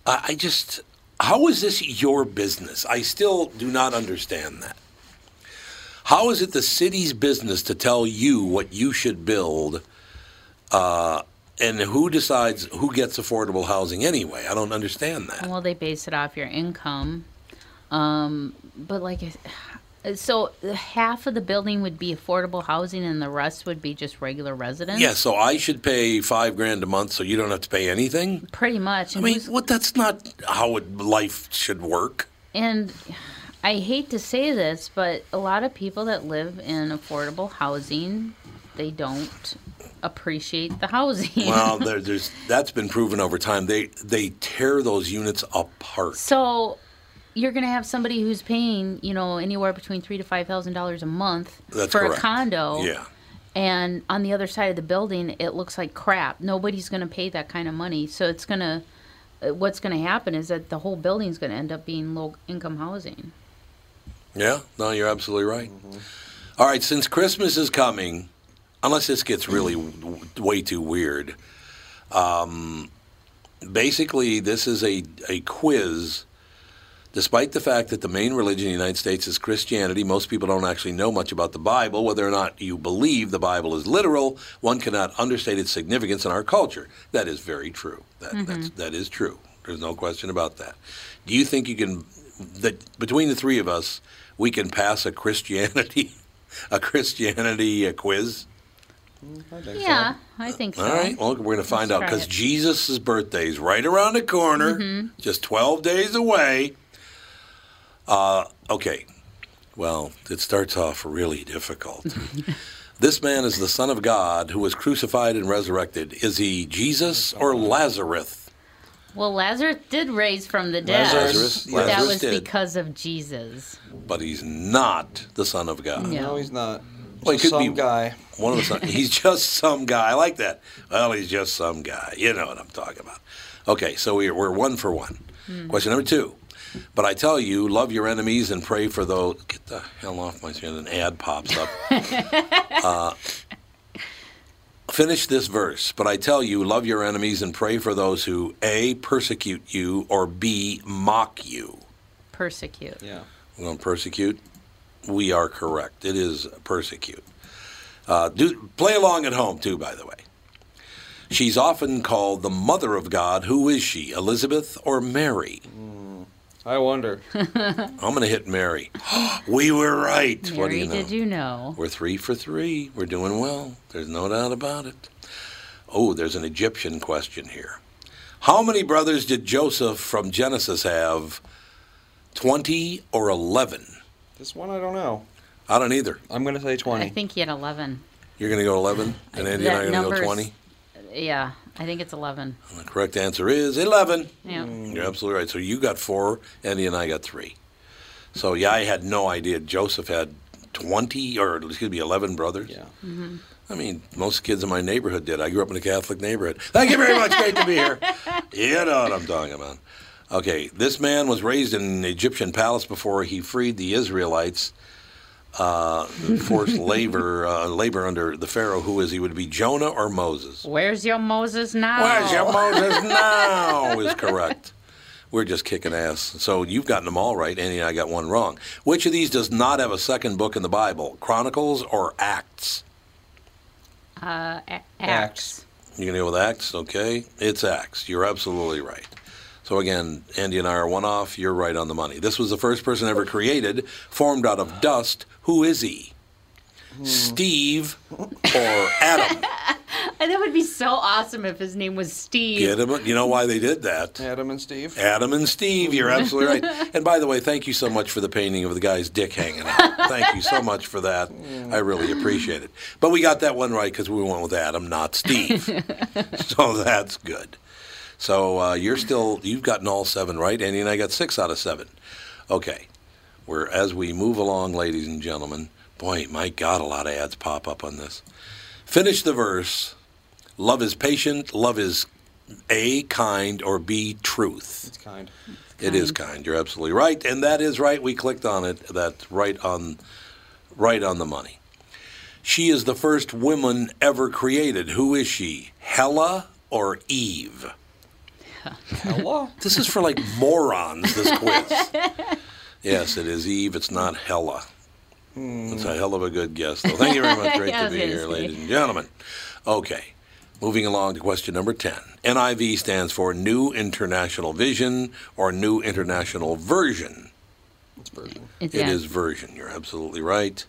I, I just, how is this your business? I still do not understand that. How is it the city's business to tell you what you should build? Uh, and who decides who gets affordable housing anyway? I don't understand that. Well, they base it off your income. Um, but like, I- so half of the building would be affordable housing, and the rest would be just regular residents. Yeah, so I should pay five grand a month so you don't have to pay anything? pretty much. I And mean, who's- what? That's not how it, life should work. and I hate to say this, but a lot of people that live in affordable housing, they don't appreciate the housing. Well, there, there's that's been proven over time. They they tear those units apart. So you're going to have somebody who's paying, you know, anywhere between three to five thousand dollars a month That's for correct. a condo. Yeah. And on the other side of the building, it looks like crap. Nobody's going to pay that kind of money. So it's going to, what's going to happen is that the whole building's going to end up being low income housing. Yeah, no, you're absolutely right. All right, since Christmas is coming, unless this gets really w- way too weird, um, basically this is a, a quiz. Despite the fact that the main religion in the United States is Christianity, most people don't actually know much about the Bible. Whether or not you believe the Bible is literal, one cannot understate its significance in our culture. That is very true. That, that's, that is true. There's no question about that. Do you think you can, that between the three of us, we can pass a Christianity, a Christianity uh quiz? I think so. Yeah, I think so. All right. Well, we're going to find out try because it. Mm-hmm. Jesus' birthday is right around the corner, just 12 days away. Uh, okay. Well, it starts off really difficult. this man is the Son of God who was crucified and resurrected. Is he Jesus or Lazarus? Well, Lazarus did raise from the dead. Lazarus- but that Lazarus was did. because of Jesus. But he's not the Son of God. Yeah. No, he's not. Well, he Just could some be- guy. One of the son- he's just some guy. I like that. Well, he's just some guy. You know what I'm talking about. Okay, so we're, we're one for one. Hmm. Question number two. But I tell you, love your enemies and pray for those. Get the hell off my screen. An ad pops up. Uh, Finish this verse. But I tell you, love your enemies and pray for those who A, persecute you, or B, mock you. Persecute. Yeah. We're going to persecute. We are correct. It is persecute. Uh, do play along at home too, by the way. She's often called the Mother of God. Who is she, Elizabeth or Mary? I wonder. I'm going to hit Mary. we were right. what do Mary, you know? did you know? We're three for three. We're doing well. There's no doubt about it. Oh, there's an Egyptian question here. How many brothers did Joseph from Genesis have? 20 or 11? This one I don't know. I don't either. I'm going to say 20. I think he had 11. You're going to go 11, and Andy and I are That going to number's- go 20? Yeah, I think it's 11. And the correct answer is 11. Yeah. You're absolutely right. So you got four, Andy and I got three. So, yeah, I had no idea Joseph had 20 or, excuse me, 11 brothers. Mm-hmm. Yeah. I mean, most kids in my neighborhood did. I grew up in a Catholic neighborhood. Thank you very much. Great to be here. You know what I'm talking about. Okay, this man was raised in an Egyptian palace before he freed the Israelites, uh, forced labor uh, labor under the Pharaoh, who is he would be Jonah or Moses. Where's your Moses now? Where's your Moses now? Is correct. We're just kicking ass. So you've gotten them all right. Andy and I got one wrong. Which of these does not have a second book in the Bible, Chronicles or Acts? Uh, a- Axe. axe. You gonna go with Axe? Okay, it's Axe. You're absolutely right. So again, Andy and I are one off. You're right on the money. This was the first person ever created, formed out of dust. Who is he? Steve or Adam? And that would be so awesome if his name was Steve. Get him? You know why they did that? Adam and Steve. Adam and Steve. You're absolutely right. And by the way, thank you so much for the painting of the guy's dick hanging out. Thank you so much for that. I really appreciate it. But we got that one right because we went with Adam, not Steve. so that's good. So uh, you're still you've gotten all seven right. Andy and I got six out of seven. Okay. We're as we move along, ladies and gentlemen. Boy, my God, a lot of ads pop up on this. Finish the verse. Love is patient. Love is a kind or B truth. It's kind. It is kind. You're absolutely right, and that is right. We clicked on it. That's right on, right on the money. She is the first woman ever created. Who is she? Hella or Eve? Hello? This is for like morons. This quiz. Yes, it is Eve. It's not Hella. It's a hell of a good guess, though. Thank you very much. Great Yeah, I to was be gonna here, say. ladies and gentlemen. Okay, moving along to question number 10. NIV stands for New International Vision or New International Version. It's version. It's, It yeah. is version. You're absolutely right.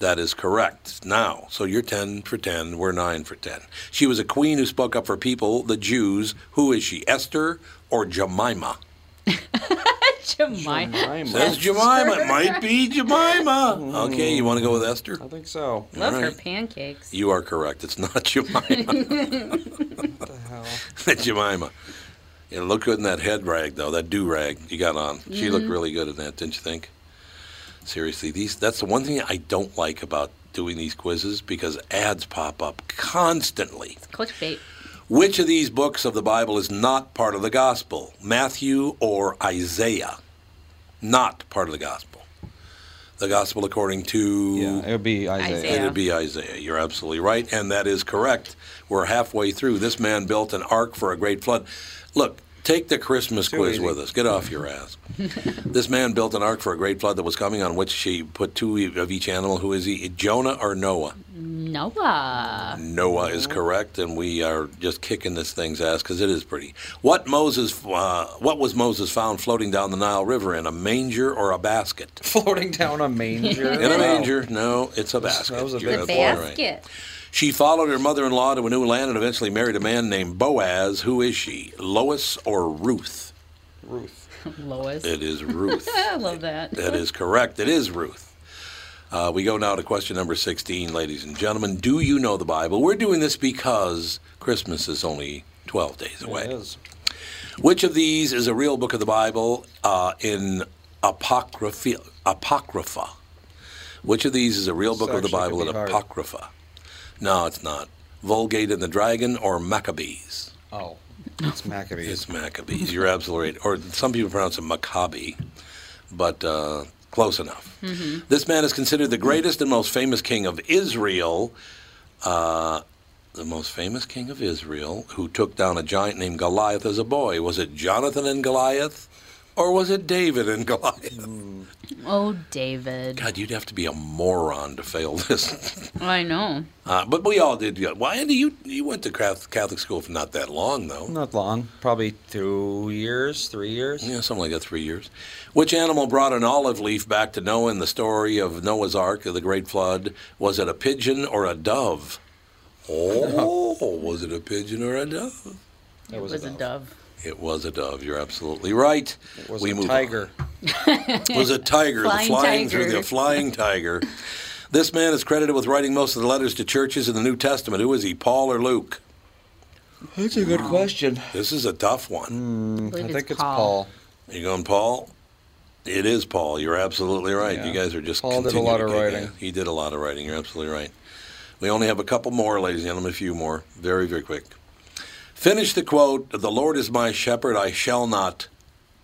That is correct. Now, so you're 10 for 10. We're 9 for 10. She was a queen who spoke up for people, the Jews. Who is she, Esther or Jemima? Jemima. Jemima. Says Jemima. It might be Jemima. Okay, you want to go with Esther? I think so. Love her Alright. pancakes. You are correct. It's not Jemima. What the hell? Jemima. It looked good in that head rag, though, that do rag you got on. She Mm-hmm. looked really good in that, didn't you think? Seriously, these that's the one thing I don't like about doing these quizzes because ads pop up constantly. Clickbait. Which of these books of the Bible is not part of the gospel? Matthew or Isaiah? Not part of the gospel. The gospel according to Yeah, it would be Isaiah. Isaiah. It'd be Isaiah. You're absolutely right, and that is correct. We're halfway through. This man built an ark for a great flood. Look, take the Christmas quiz easy. with us. Get off your ass. this man built an ark for a great flood that was coming, on which he put two e, of each animal. Who is he? Jonah or Noah? Noah. Noah is correct, and we are just kicking this thing's ass because it is pretty. What Moses? Uh, what was Moses found floating down the Nile River in a manger or a basket? Floating down a manger. In a Wow. manger? No, it's a basket. was a You're big absolutely boy. right. She followed her mother in law to a new land and eventually married a man named Boaz. Who is she, Lois or Ruth? Ruth. Lois. It is Ruth. I love that. that is correct. It is Ruth. Uh, we go now to question number 16, ladies and gentlemen. Do you know the Bible? We're doing this because Christmas is only 12 days away. It is. Which of these is a real book of the Bible uh, in apocrypha, apocrypha? Which of these is a real book of the actually Bible in could be hard. apocrypha? No, it's not. Vulgate and the Dragon or Maccabees? Oh. It's Maccabees. It's Maccabees. You're absolutely right. Or some people pronounce it Maccabi, but uh, close enough. This man is considered the greatest and most famous king of Israel. Uh, the most famous king of Israel who took down a giant named Goliath as a boy. Was it Jonathan and Goliath? Or was it David and Goliath? Oh, David. God, you'd have to be a moron to fail this. I know. Uh, but we all did. good. Why do you? You went to Cath- Catholic school for not that long, though. Not long. Probably two years, three years. Yeah, something like that. Three years. Which animal brought an olive leaf back to Noah in the story of Noah's Ark of the Great Flood? Was it a pigeon or a dove? Oh, was it a pigeon or a dove? It was, a dove. It was a dove. You're absolutely right. It was we a move tiger. It was a tiger, the Flying flying through tiger. the flying tiger. This man is credited with writing most of the letters to churches in the New Testament. Who is he, Paul or Luke? That's a good question. This is a tough one. I believe I think it's Paul. You going, Paul? It is Paul. You're absolutely right. You Yeah. guys are just Paul did a continue lot to of kick writing. ass. He did a lot of writing. You're absolutely right. We only have a couple more, ladies and gentlemen. A few more, very very quick. Finish the quote. The Lord is my shepherd; I shall not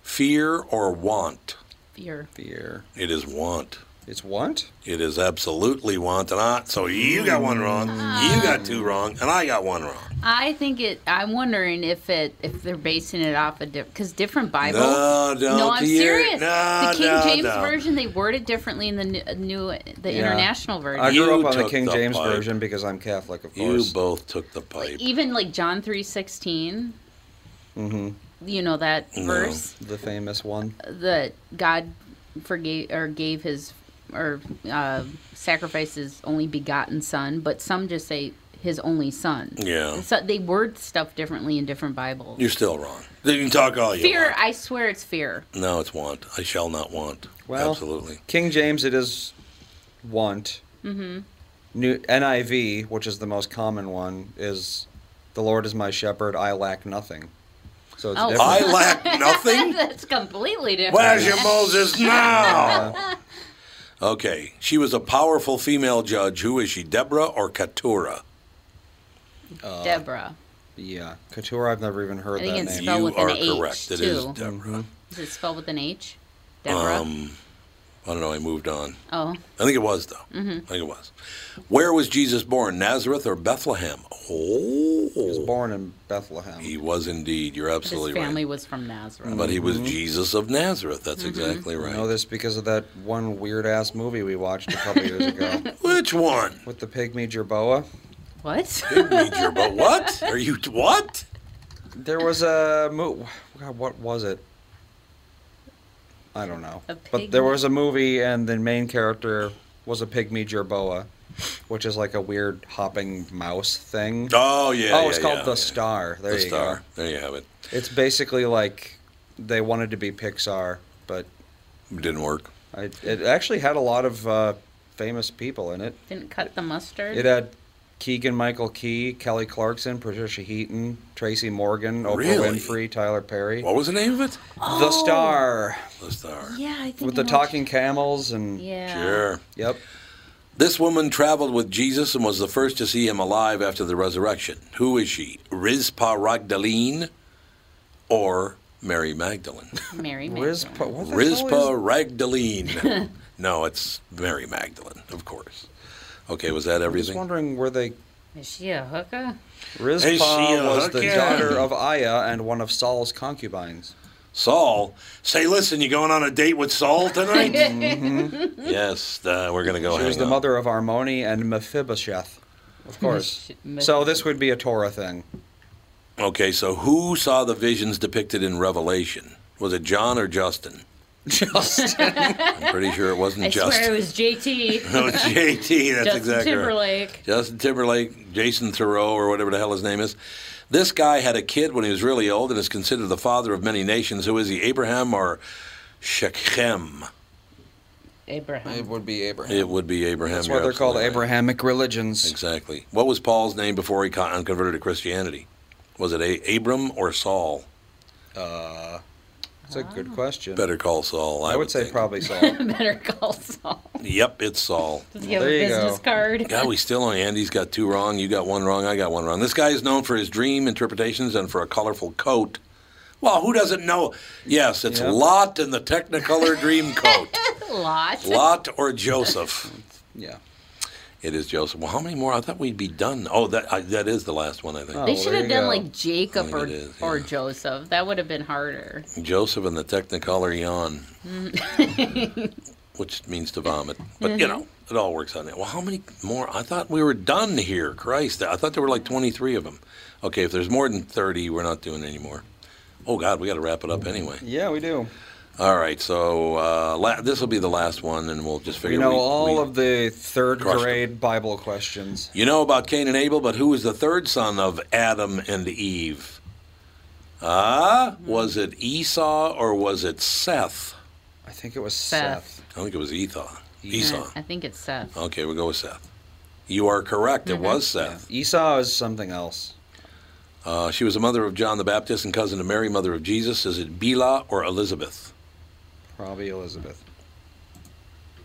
fear or want. Fear. Fear. It is want. It's what? It is absolutely want and not. So you got one wrong, you got two wrong, and I got one wrong. I think it. I'm wondering if it if they're basing it off a different because different Bibles. No, don't I'm you- serious. no, the King no, James no. version they word it differently in the n- new the Yeah. international version. I grew You up on the took King the James pipe. version because I'm Catholic, of You course. both took the pipe. Even like John three You know that verse Mm-hmm. Uh, the famous one. that God forgave or gave his or uh, sacrificed his only begotten son, but some just say his only son. Yeah. So they word stuff differently in different Bibles. You're still wrong. You can talk all you fear. want. I swear it's fear. No, it's want. I shall not want. Well, Absolutely. King James, it is want. Mm-hmm. New NIV, which is the most common one, is the Lord is my shepherd, I lack nothing. So it's Oh. different. I lack nothing. That's completely different. Where's your Moses now? okay. She was a powerful female judge. Who is she, Deborah or Keturah? Deborah. Yeah, Couture, I've never even heard I think that it's name. Spelled you with an are H, correct. It is too. Mm-hmm. Deborah. Is it spelled with an H? Deborah. Um, I don't know. I moved on. oh, I think it was though. Mm-hmm. I think it was. Where was Jesus born? Nazareth or Bethlehem? Oh, He was born in Bethlehem. He was indeed. You're his absolutely family Mm-hmm. right. was from Nazareth. But he was Jesus of Nazareth. That's exactly Mm-hmm. I right. know this because of that one weird ass movie we watched a couple years ago Which one? with the pygmy jerboa. What? Major, but what? Are you what? There was a mo- God, what was it? I don't know. A But there pygmy- was a movie, and the main character was a pygmy jerboa, which is like a weird hopping mouse thing. Oh yeah. oh, yeah, it's called yeah, the yeah. Star. There the you star. There you have it. go. It's basically like they wanted to be Pixar, but Didn't work. I, it actually had a lot of uh, famous people in it. Didn't cut the mustard. It had Keegan Michael Key, Kelly Clarkson, Patricia Heaton, Tracy Morgan, Oprah Really? Winfrey, Tyler Perry. What was the name of it? Oh, The Star The star. yeah, I think with I the know talking camels and what- Yeah. Sure. yep. This woman traveled with Jesus and was the first to see him alive after the resurrection. Who is she? Rizpah Ragdalene or Mary Magdalene? Mary. Riz, Magdalene. what the hell is- Rizpah Ragdalene. no, it's Mary Magdalene, of course. Okay, was that I'm just everything? wondering were they Is she a hooker? Rizpah Is she a was the hooker? daughter of Aya and one of Saul's concubines. Saul, say, listen, you going on a date with Saul tonight? Yes, uh, we're going to go Mm-hmm. She hang was the out. mother of Armoni and Mephibosheth, of course. so this would be a Torah thing. Okay, so who saw the visions depicted in Revelation? Was it John or Justin? Just I'm pretty sure it wasn't I Justin. swear it was JT. No, it's JT. That's Justin exactly right. Timberlake. Justin Timberlake, Jason Thoreau, or whatever the hell his name is. This guy had a kid when he was really old and is considered the father of many nations. Who is he, Abraham or Shechem? it Abraham. would be Abraham. It would be Abraham. That's You're why they're called absolutely right. Abrahamic religions. Exactly. What was Paul's name before he con- converted to Christianity? Was it a- Abram or Saul? That's a good question. Better call Saul. I, I would say think. probably Saul. Better call Saul. Yep, it's Saul. Does he have there a you business go. card? God, we still only Andy's got two wrong. You got one wrong. I got one wrong. This guy is known for his dream interpretations and for a colorful coat. Well, who doesn't know? Yes, it's Yeah. Lot in the Technicolor dream coat. Lot. Lot or Joseph? yeah. It is Joseph. Well, how many more? I thought we'd be done. Oh, that I, that is the last one. I think They Oh, should there have you done go. like I Jacob think or, it is, or yeah. Joseph. That would have been harder. Joseph and the Technicolor yawn. which means to vomit. But you know, it all works on that. Well, how many more? I thought we were done here. Christ, I thought there were like 23 of them. Okay, if there's more than 30, we're not doing any more. Oh God, we got to wrap it up anyway. Yeah, we do. All right, so uh, la- this will be the last one, and we'll just figure. You know we- all we- of the third crushed 'em. grade Bible questions. You know about Cain and Abel, but who was the third son of Adam and Eve? Ah, was it Esau or was it Seth? I think it was Seth. Seth. I think it was Esau. I, Esau. I think it's Seth. Okay, we'll go with Seth. You are correct. Mm-hmm. It was Seth. Esau is something else. Uh, she was the mother of John the Baptist and cousin to Mary, mother of Jesus. Is it Bela or Elizabeth? Probably Elizabeth.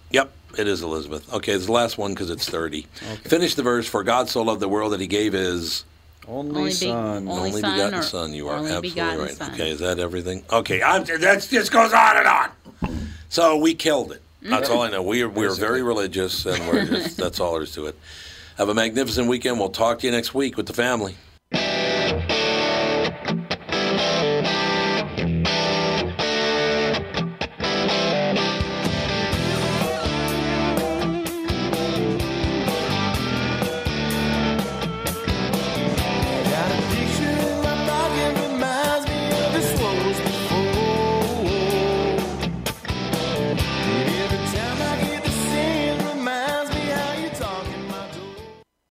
Yep, it is Elizabeth. Okay, it's the last one because it's 30. Finish the verse For God so loved the world that he gave his Only, Only big- son. only- only son begotten or son. You are only absolutely begotten right. son. Okay, is that everything? Okay, I'm, that just goes on and on. So we killed it. Mm-hmm. That's all I know. We are, we are very religious, and we're just, that's all there is to it. Have a magnificent weekend. We'll talk to you next week with the family.